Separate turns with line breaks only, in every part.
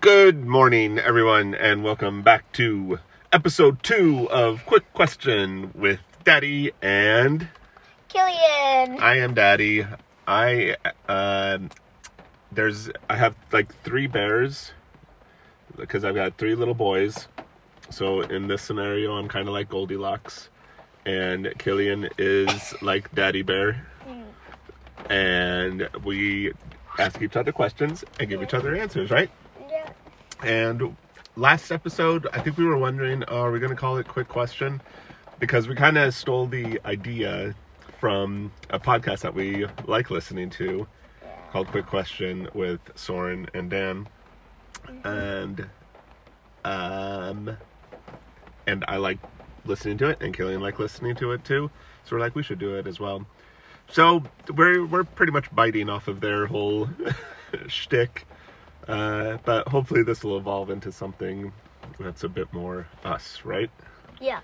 Good morning, everyone, and welcome back to episode two of Quick Question with Daddy and
Killian.
I am Daddy. I uh, there's I have like three bears because I've got three little boys. So in this scenario, I'm kind of like Goldilocks, and Killian is like Daddy Bear, and we ask each other questions and give each other answers, right?
Yeah.
And last episode, I think we were wondering, uh, are we going to call it Quick Question? Because we kind of stole the idea from a podcast that we like listening to called Quick Question with Soren and Dan. And, um, and I like listening to it, and Killian liked listening to it too. So we're like, we should do it as well. So we're we're pretty much biting off of their whole shtick. Uh, but hopefully this will evolve into something that's a bit more us, right?
Yeah.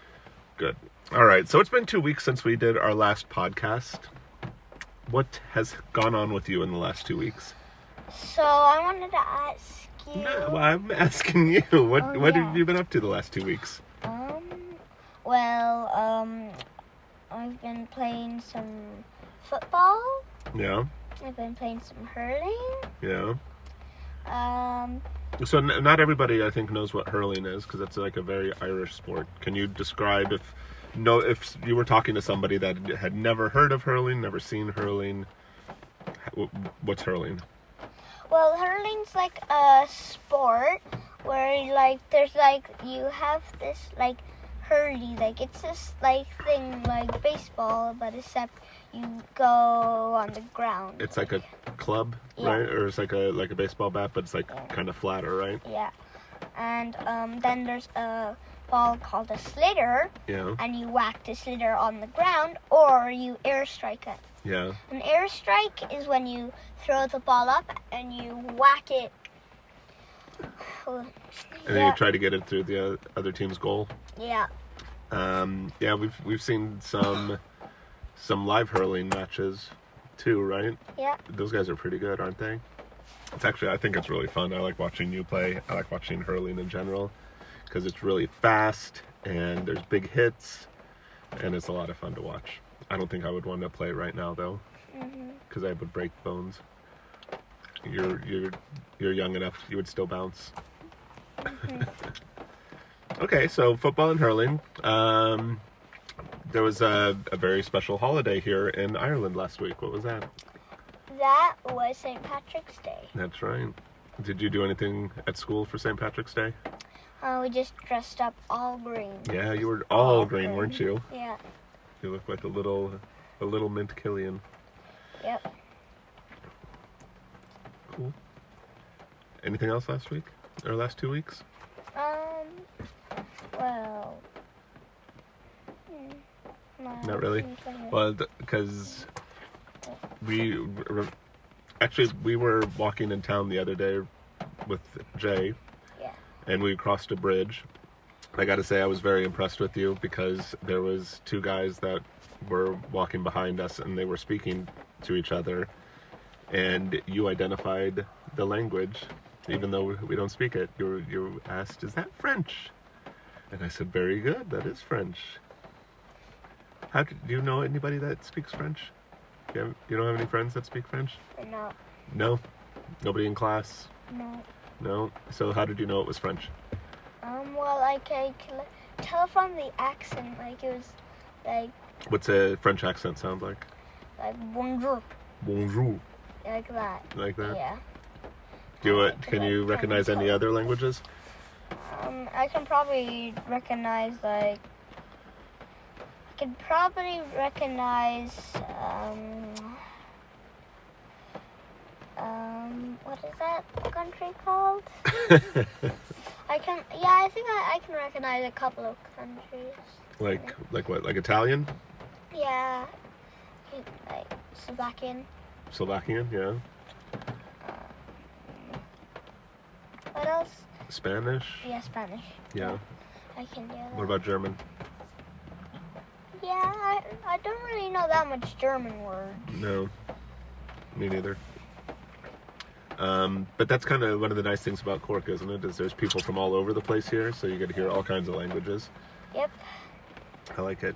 Good. All right. So it's been two weeks since we did our last podcast. What has gone on with you in the last two weeks?
So I wanted to ask you.
Well, I'm asking you. What
Oh,
what
yeah.
have you been up to the last two weeks?
Um. Well, um, I've been playing some football.
Yeah.
I've been playing some hurling.
Yeah.
Um.
So n- not everybody I think knows what hurling is because it's like a very Irish sport. Can you describe if no if you were talking to somebody that had never heard of hurling, never seen hurling, h- wh- what's hurling?
Well, hurling's like a sport where like there's like you have this like hurley like it's this like thing like baseball but except you go on the ground.
it's like a club,
Yeah.
right? Or it's like a like a baseball bat, but it's like kind of flatter, right?
Yeah. And um, then there's a ball called a slitter,
Yeah,
and you whack the slitter on the ground or you airstrike it.
yeah,
An airstrike is when you throw the ball up and you whack it.
and then you try to get it through the oth- other team's goal.
yeah.
Um, yeah, we've we've seen some some live hurling matches too, right?
Yeah.
Those guys are pretty good, aren't they? It's actually I think it's really fun. I like watching you play. I like watching hurling in general because it's really fast and there's big hits, and it's a lot of fun to watch. I don't think I would want to play right now though.
hmm
because I would break bones. You're you're you're young enough. You would still bounce.
Mm-hmm.
okay, so football and hurling. Um, there was a, a very special holiday here in Ireland last week. What was that?
That was St. Patrick's Day.
That's right. Did you do anything at school for St. Patrick's Day?
Uh, we just dressed up all green.
Yeah, you were all
All
green,
green.
weren't you?
Yeah.
You look like a little a little mint Killian.
Yep.
Cool. Anything else last week or last two weeks?
Um. Well. hmm, no,
Not really.
I'm trying to-
Well, because we re- actually we were walking in town the other day with Jay,
Yeah.
and we crossed a bridge. I got to say, I was very impressed with you because there was two guys that were walking behind us, and they were speaking to each other, and you identified the language, even though we don't speak it. You were, you asked, "Is that French?" And I said, "Very good, that is French." How do, do you know anybody that speaks French? You, have, you don't have any friends that speak French?
No.
No, nobody in class.
No.
No. So how did you know it was French?
Um, well, like I could like, tell from the accent, like it was like
What's a French accent sound like?
like bonjour,
Bonjour,
like that.
like that.
Yeah.
Do it. Can you recognize any other languages?
Um, I can probably recognize like I can probably recognize um um what is that country called? I can yeah, I think I, I can recognize a couple of countries.
like like what? Like Italian,
Yeah, like Slovakian.
Slovakian, yeah,
What else?
Spanish,
Yeah, Spanish.
yeah.
I can do that.
What about German?
Yeah, I, I don't really know that much German word.
No, me neither. Um, but that's kind of one of the nice things about Cork, isn't it? Is there's people from all over the place here, so you get to hear all kinds of languages.
Yep.
I like it.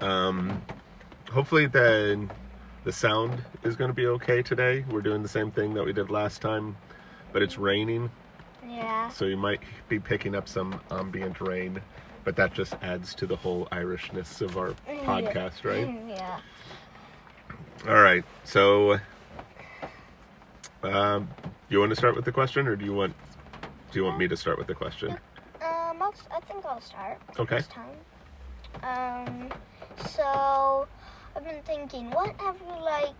Um, hopefully the the sound is going to be okay today. We're doing the same thing that we did last time, but it's raining,
Yeah.
so you might be picking up some ambient rain. But that just adds to the whole Irishness of our
Yeah.
podcast, right?
Yeah.
All right. So, um, you want to start with the question, or do you want do you want me to start with the question?
Um, I'll, s- I think I'll start.
Okay.
This time. Um, so I've been thinking, what have you like?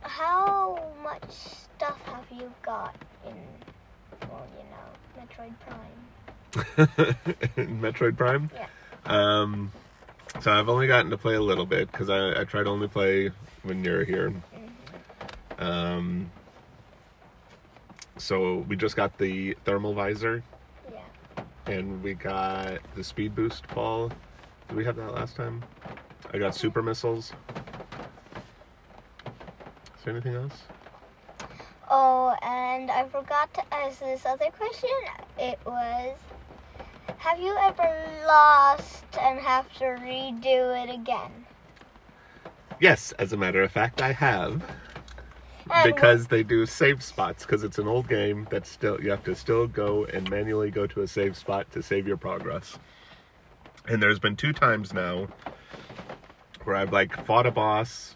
How much stuff have you got in? Well, you know, Metroid Prime.
Metroid Prime.
Yeah.
Um, so I've only gotten to play a little bit because I, I try to only play when you're here.
Mm-hmm.
Um, so we just got the thermal visor
Yeah.
and we got the speed boost ball. Did we have that last time? I got super missiles. Is there anything else?
Oh, and I forgot to ask this other question. It was, have you ever lost and have to redo it again?
Yes, as a matter of fact, I have.
And what-
because they do save spots because it's an old game that's still you have to still go and manually go to a save spot to save your progress and there's been two times now where i've like fought a boss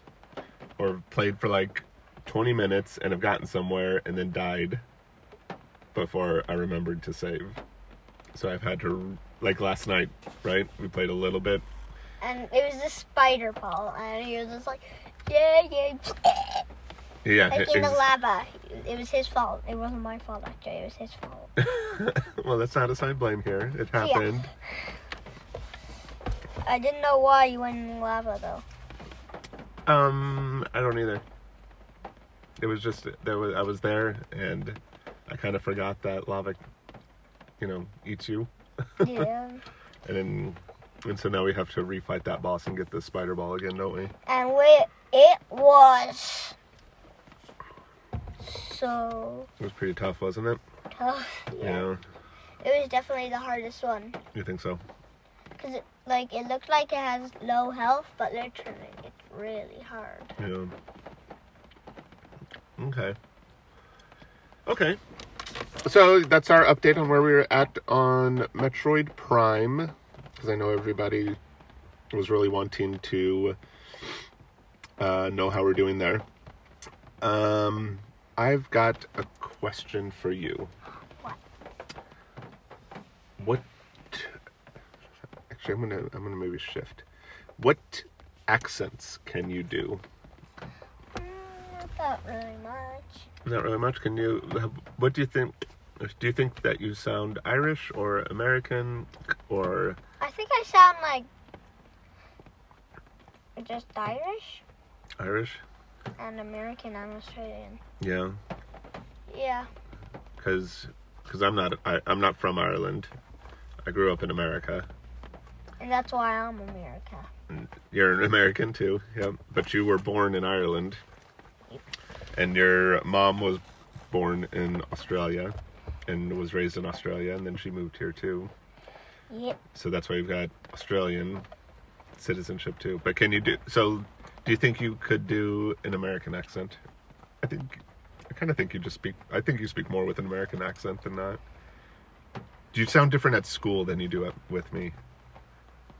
or played for like 20 minutes and have gotten somewhere and then died before i remembered to save so i've had to like last night right we played a little bit
and it was the spider ball, and he was just like, yeah, yeah.
yeah
Like
it-
in the
it's-
lava. It was his fault. It wasn't my fault, actually. It was his fault.
well that's not a sign blame here it happened
I didn't know why you went in the lava, though.
Um, I don't either. It was just there was I was there and I kind of forgot that lava, you know, eats you,
Yeah.
and then and so now we have to refight that boss and get the spider ball again, don't we?
and we, it was so
It was pretty tough, wasn't it?
tough.
Yeah,
It was definitely the hardest one.
you think so?
Because, it, like, it looked like it has low health, but literally, it's really hard.
Yeah. Okay. Okay. So that's our update on where we were at on Metroid Prime, because I know everybody was really wanting to uh, know how we're doing there. Um, I've got a question for you.
What?
What? Actually, I'm gonna I'm gonna maybe shift. What accents can you do?
Mm, not really much.
Not really much. Can you? What do you think? Do you think that you sound Irish or American or
I think I sound like just Irish
Irish?
and American. I'm Australian.
Yeah,
Yeah.
because because I'm not I, I'm not from Ireland. I grew up in America.
And that's why I'm America.
You're an American too. Yep. But you were born in Ireland, and your mom was born in Australia, and was raised in Australia, and then she moved here too.
Yep.
so that's why you've got Australian citizenship too. But can you do so? Do you think you could do an American accent? I think I kind of think you just speak. I think you speak more with an American accent than not. Do you sound different at school than you do at, with me?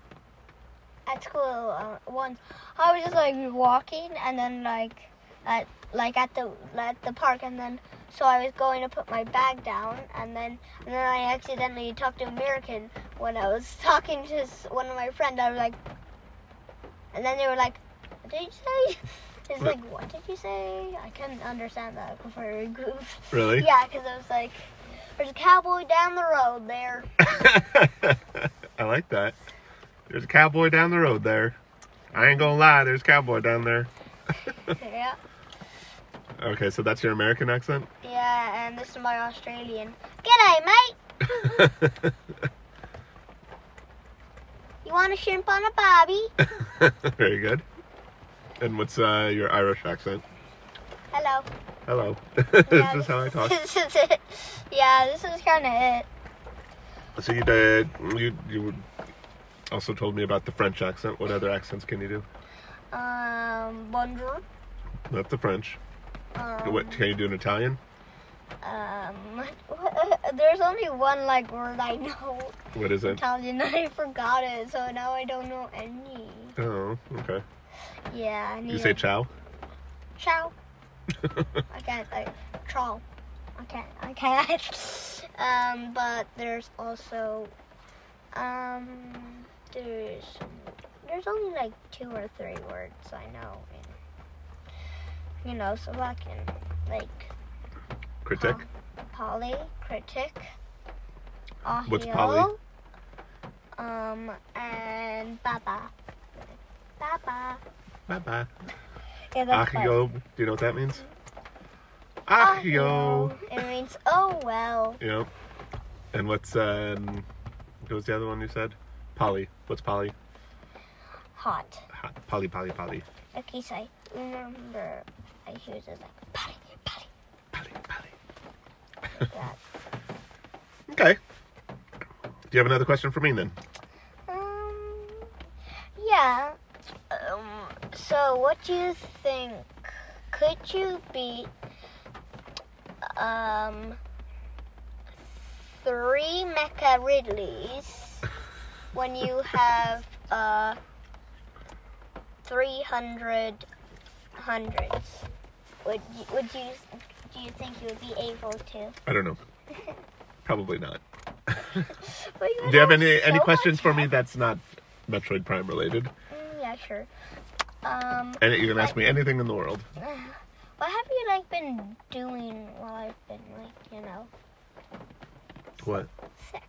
At school, uh, once I was just like walking, and then like at like at the at the park, and then so I was going to put my bag down, and then and then I accidentally talked to American when I was talking to s- one of my friends. I was like, and then they were like, "What did you say?" It's
What?
like, "What did you say?" I couldn't understand that before I goofed.
Really?
Yeah, because I was like, "There's a cowboy down the road there."
I like that. There's a cowboy down the road there. I ain't gonna lie. There's a cowboy down there.
yeah.
Okay, so that's your American accent.
Yeah, and this is my Australian. G'day, mate. You want a shrimp on a barbie?
Very good. And what's uh, your Irish accent?
Hello.
Hello.
Yeah,
this is how I talk.
This is it. Yeah, this is kind of it.
So you did. You you also told me about the French accent. What other accents can you do?
Um, bonjour.
Not the French.
Um,
What can you do in Italian?
Um, there's only one like word I know
What is it?
Italian. I forgot it, so now I don't know any.
Oh, okay.
Yeah, I need
You say
a-
ciao.
ciao. I can't. I, ciao. I can't. I can't. um, but there's also um, there's there's only like two or three words I know. In, you know, Slovakian, like
Critic.
Polly, critic, Ahio,
What's poly?
Um, and Baba. Baba.
Bye bye.
Yeah,
Achio. Do you know what that means?
Ahio.
Achio.
It means, oh well.
Yep. And what's um? What was the other one you said? Polly. What's Polly?
Hot.
Ha- Polly, Polly, Polly.
Okay, so I remember I hear this like, potty, potty,
Polly, Polly.
like that.
Okay. Do you have another question for me then?
Um, yeah. Um, so what do you think? Could you be um three Mecha Ridleys when you have uh three hundred hundreds? Would you, would you do you think you would be able to?
I don't know. Probably not.
Well,
Do you have any
so
any
much
questions for me
hap-
that's not Metroid Prime related?
Mm, yeah, sure. Um.
And you can ask me anything in the world.
What have you like been doing while I've been like, you know,
What?
sick?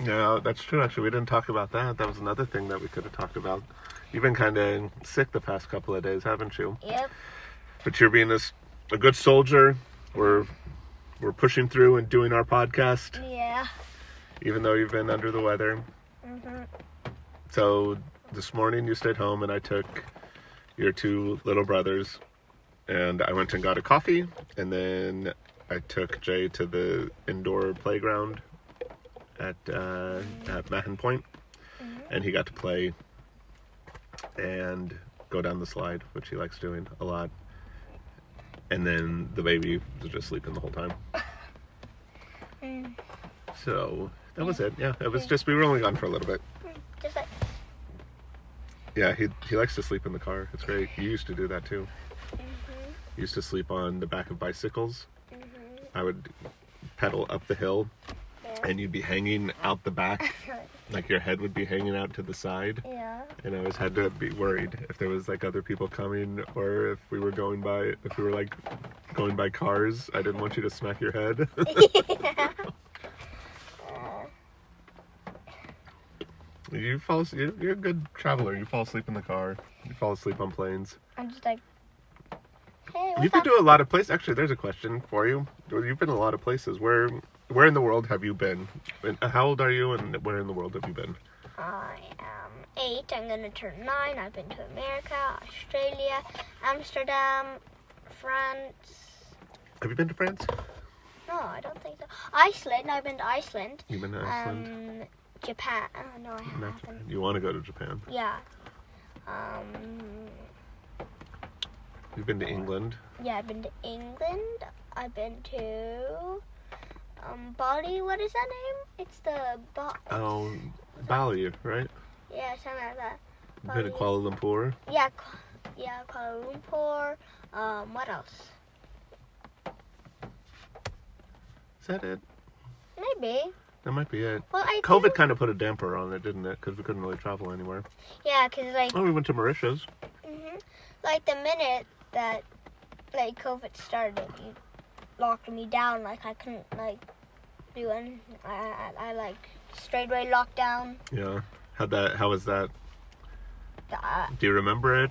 No, that's true. Actually, we didn't talk about that. That was another thing that we could have talked about. You've been kind of sick the past couple of days, haven't you?
Yep.
But you're being a, s- a good soldier. We're we're pushing through and doing our podcast,
Yeah.
even though you've been under the weather.
Mhm.
So this morning you stayed home, and I took your two little brothers, and I went and got a coffee, and then I took Jay to the indoor playground at uh, at Mahon Point, and he got to play and go down the slide, which he likes doing a lot. And then the baby was just sleeping the whole time.
Mm.
So that was it. Yeah, it was
Yeah.
just we were only gone for a little bit.
Just like
Yeah, he he likes to sleep in the car. It's great. You used to do that too.
mm-hmm,
You Used to sleep on the back of bicycles.
mhm.
I would pedal up the hill,
Yeah.
and you'd be hanging out the back, like your head would be hanging out to the side.
yeah.
And I always had to be worried if there was like other people coming, or if we were going by, if we were like going by cars. I didn't want you to smack your head.
Uh,
you fall. as- You're, you're a good traveler. You fall asleep in the car. You fall asleep on planes.
I'm just like, hey,
you
what's
could
up?
do a lot of places. Actually, there's a question for you. You've been a lot of places. Where, where in the world have you been? And uh, how old are you? And where in the world have you been?
I am eight. I'm gonna turn nine. I've been to America, Australia, Amsterdam, France.
Have you been to France?
No, I don't think so. Iceland. I've been to Iceland.
You've been to Iceland.
Um, Japan. Oh, no, I
Not
haven't.
Japan. You want to go to Japan?
Yeah. Um,
You've been to England.
yeah, I've been to England. I've been to um, Bali. What is that name? It's the ba-
Oh, Bali, right?
yeah, something like that.
You've been to
Bali.
Kuala Lumpur.
Yeah, Ku- yeah, Kuala Lumpur. Um, what else?
Is that it?
Maybe.
That might be it.
Well, I
COVID
didn't-
kind of put a damper on it, didn't it? Because we couldn't really travel anywhere.
Yeah, cause like
Oh, we went to Mauritius.
hmm like the minute that like COVID started, you locked me down. Like I couldn't like do anything. I I, I like straight away lockdown.
Yeah. How that? How was that?
The, uh,
Do you remember it?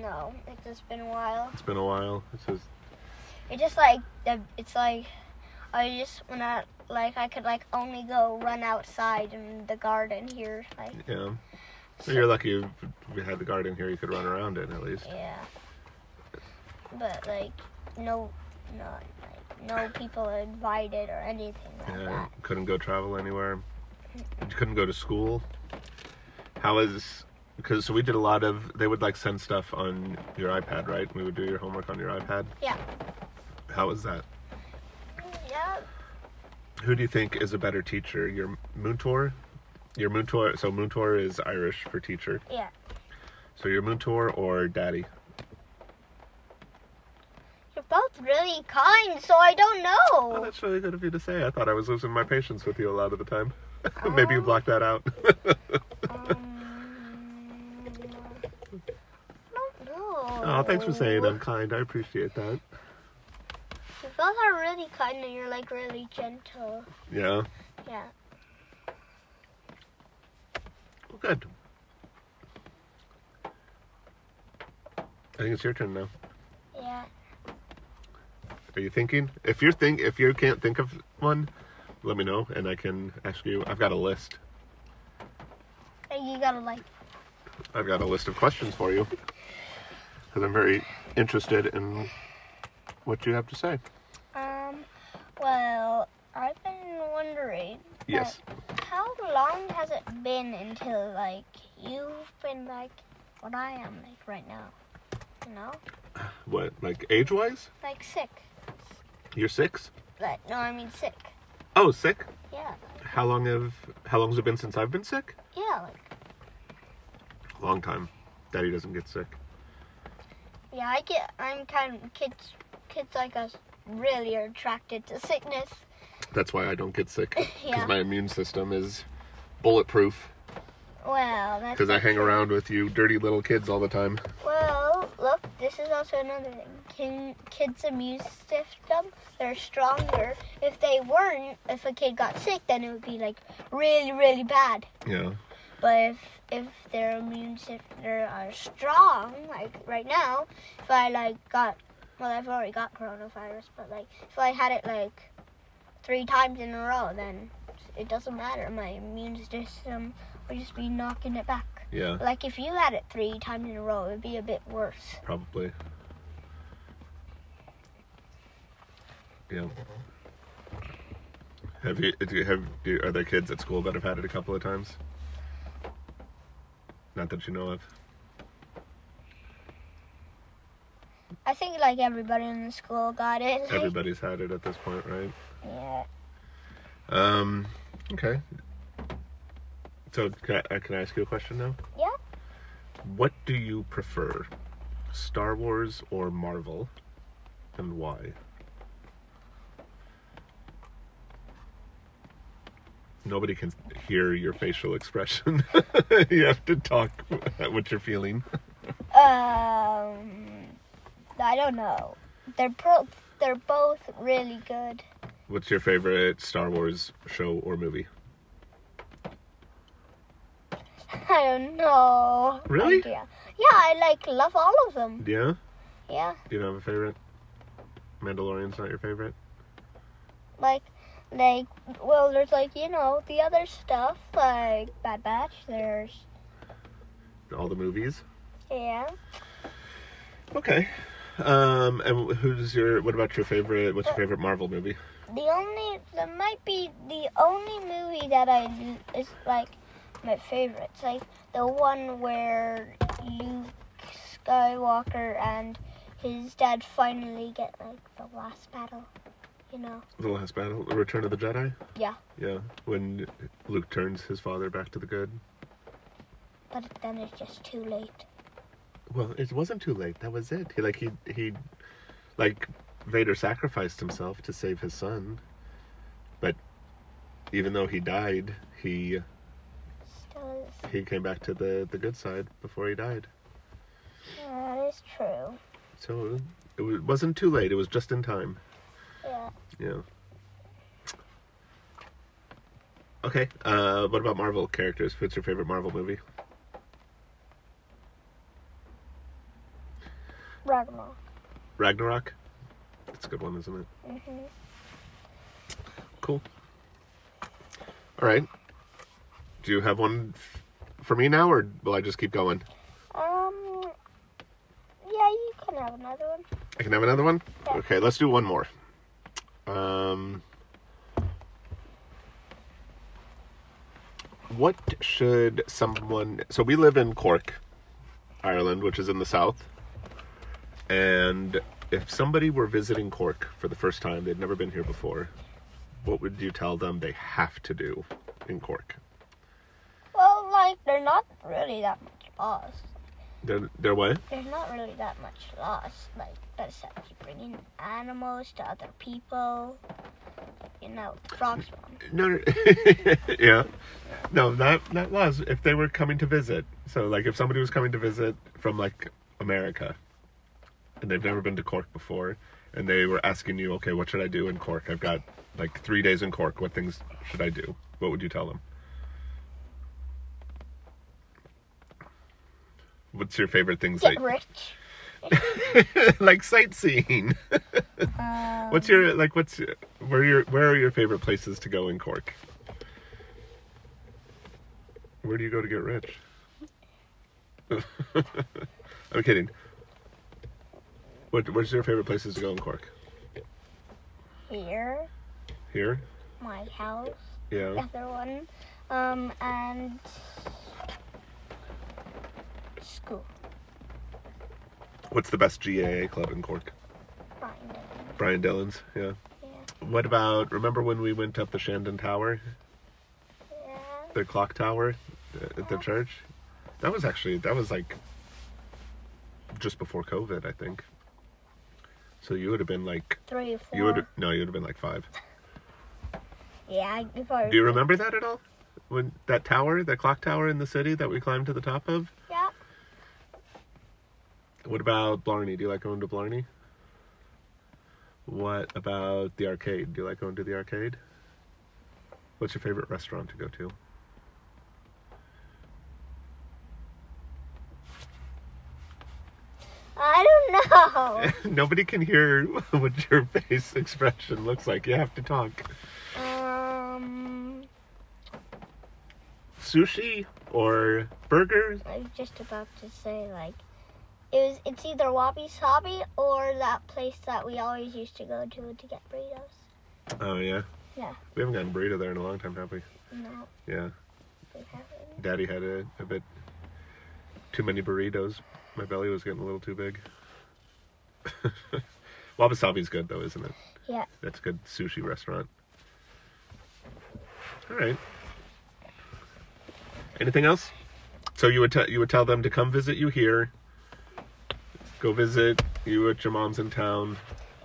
No, it's just been a while.
It's been a while. This is
It just like the- it's like I just when I like I could like only go run outside in the garden here. Like
yeah. Well, you're lucky you- we had the garden here. You could run around in at least.
yeah, but like no, not like no people are invited or anything like
Yeah,
that.
couldn't go travel anywhere. Couldn't go to school. How is because so we did a lot of they would like send stuff on your iPad, right? We would do your homework on your iPad.
Yeah.
How was that?
Yeah,
Who do you think is a better teacher? Your mentor? Your mentor so mentor is Irish for teacher.
yeah.
So your mentor or daddy?
You're both really kind, so I don't
Oh,
know.
that's really good of you to say. I thought I was losing my patience with you a lot of the time. Maybe you
Um,
blocked that out.
Um, I don't know.
oh, thanks for saying I'm kind. I appreciate that.
You both are really kind, and you're like really gentle.
Yeah.
Yeah.
Well, good. I think it's your turn now.
Yeah.
Are you thinking? If you're think, if you can't think of one, let me know and I can ask you. I've got a list.
And you gotta like.
I've got a list of questions for you because I'm very interested in what you have to say.
Um. Well, I've been wondering.
Yes.
How long has it been until like you've been like what I am like right now? You know,
What? Like age wise?
like sick.
You're six.
Like no, I mean sick.
Oh, sick.
Yeah,
How long have? How long's it been since I've been sick?
yeah, like
Long time. Daddy doesn't get sick.
yeah. I get. I'm kind of kids. Kids like us really are attracted to sickness.
That's why I don't get sick because
Yeah.
my immune system is bulletproof.
Well, that's
Because I hang around with you dirty little kids all the time.
Well, look, this is also another thing. Kin kids' immune system, they're stronger. If they weren't, if a kid got sick, then it would be like really, really bad.
Yeah.
But if if their immune system are strong, like right now, if I like got, well, I've already got coronavirus, but like if I had it like three times in a row, then it doesn't matter. My immune system would just be knocking it back.
Yeah,
Like if you had it three times in a row, it'd be a bit worse.
probably. Yeah. Have you, do you have, do you, are there kids at school that have had it a couple of times? Not that you know of.
I think like everybody in the school got it. like-
Everybody's had it at this point, right?
Yeah.
Um, okay. So, can I, uh, can I ask you a question now?
Yeah.
What do you prefer, Star Wars or Marvel, and why? Nobody can hear your facial expression. you have to talk what you're feeling.
Um, I don't know. They're pro- They're both really good.
What's your favorite Star Wars show or movie?
I don't know.
Really?
Idea. Yeah, I like love all of them.
Yeah?
Yeah,
Do you have a favorite? Mandalorian's not your favorite?
like. Like, well, there's like, you know, the other stuff, like Bad Batch, there's,
All the movies?
yeah.
Okay. Um, and who's your, what about your favorite, what's your favorite Marvel movie?
The only that might be the only movie that I l- is like my favorite. It's like the one where Luke Skywalker and his dad finally get like the last battle. You know?
The Last Battle, The Return of the Jedi.
Yeah.
Yeah, when Luke turns his father back to the good.
But then it's just too late.
Well, it wasn't too late. That was it. He like he he, like Vader sacrificed himself to save his son, but even though he died, he
Still is.
he came back to the the good side before he died.
Yeah, that is true.
So it wa- wasn't too late. It was just in time.
Yeah.
Yeah. Okay. Uh, what about Marvel characters? What's your favorite Marvel movie?
Ragnarok.
Ragnarok. That's a good one, isn't it?
hmm
Cool. All right. Do you have one f- for me now, or will I just keep going?
Um. Yeah, you can have another one.
I can have another one.
Yeah.
Okay, let's do one more. Um, what should someone? So we live in Cork, Ireland, which is in the south. And if somebody were visiting Cork for the first time, they'd never been here before. What would you tell them they have to do in Cork?
Well, like they're not really that much lost.
They're, they're what?
There's not really that much loss, like besides you bringing animals to other people. You know, the frogs one.
No, no yeah, no, not not laws. If they were coming to visit, so like if somebody was coming to visit from like America, and they've never been to Cork before, and they were asking you, okay, what should I do in Cork? I've got like three days in Cork. What things should I do? What would you tell them? What's your favorite things
Get rich.
like like sightseeing?
Um,
What's your like? What's your, where are your where are your favorite places to go in Cork? Where do you go to get rich? I'm kidding. What what's your favorite places to go in Cork?
here?
Here,
My house. The
yeah.
other one. Um, and school.
What's the best GAA club in Cork?
Find it.
Brian Dillon's, yeah.
Yeah.
What about remember when we went up the Shandon Tower,
Yeah.
the clock tower uh, at the church? That was actually that was like just before COVID, I think. So you would have been like
Three or four.
You would no, you would have been like five.
yeah, you probably.
Do you remember that at all? When that tower, that clock tower in the city that we climbed to the top of?
Yeah.
What about Blarney? Do you like going to Blarney? What about the arcade? Do you like going to the arcade? What's your favorite restaurant to go to?
I don't know.
Nobody can hear what your face expression looks like. You have to talk.
um,
Sushi or burger?
I was just about to say like it was. It's either Wabi Sabi or that place that we always used to go to to get burritos.
Oh yeah.
Yeah.
We haven't gotten burrito there in a long time, have we?
No,
Yeah.
we haven't.
Daddy had a, a bit too many burritos. My belly was getting a little too big. Wabasabi's good though, isn't it?
Yeah.
That's a good sushi restaurant. All right. Anything else? So you would tell you would tell them to come visit you here. Go visit you at your mom's in town.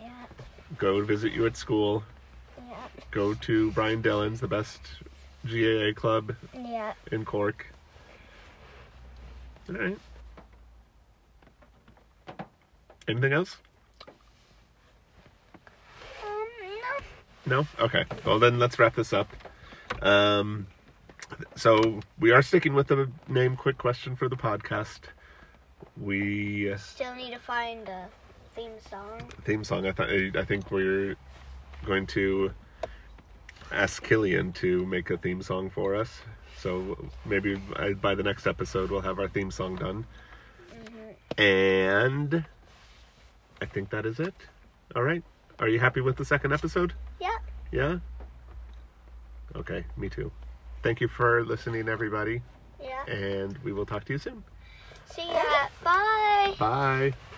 Yeah.
Go visit you at school.
Yeah.
Go to Brian Dillon's, the best GAA club
Yeah.
in Cork. All right. Anything else?
Um, no.
No? Okay. Well, then let's wrap this up. Um, so we are sticking with the name quick question for the podcast. We
Still need to find a theme song.
theme song. I thought I think we're going to ask Killian to make a theme song for us. So maybe by- by the next episode we'll have our theme song done.
Mm-hmm.
And I think that is it. All right. Are you happy with the second episode?
Yeah.
Yeah. Okay, me too. Thank you for listening everybody
Yeah.
and we will talk to you soon.
See ya. Bye.
Bye.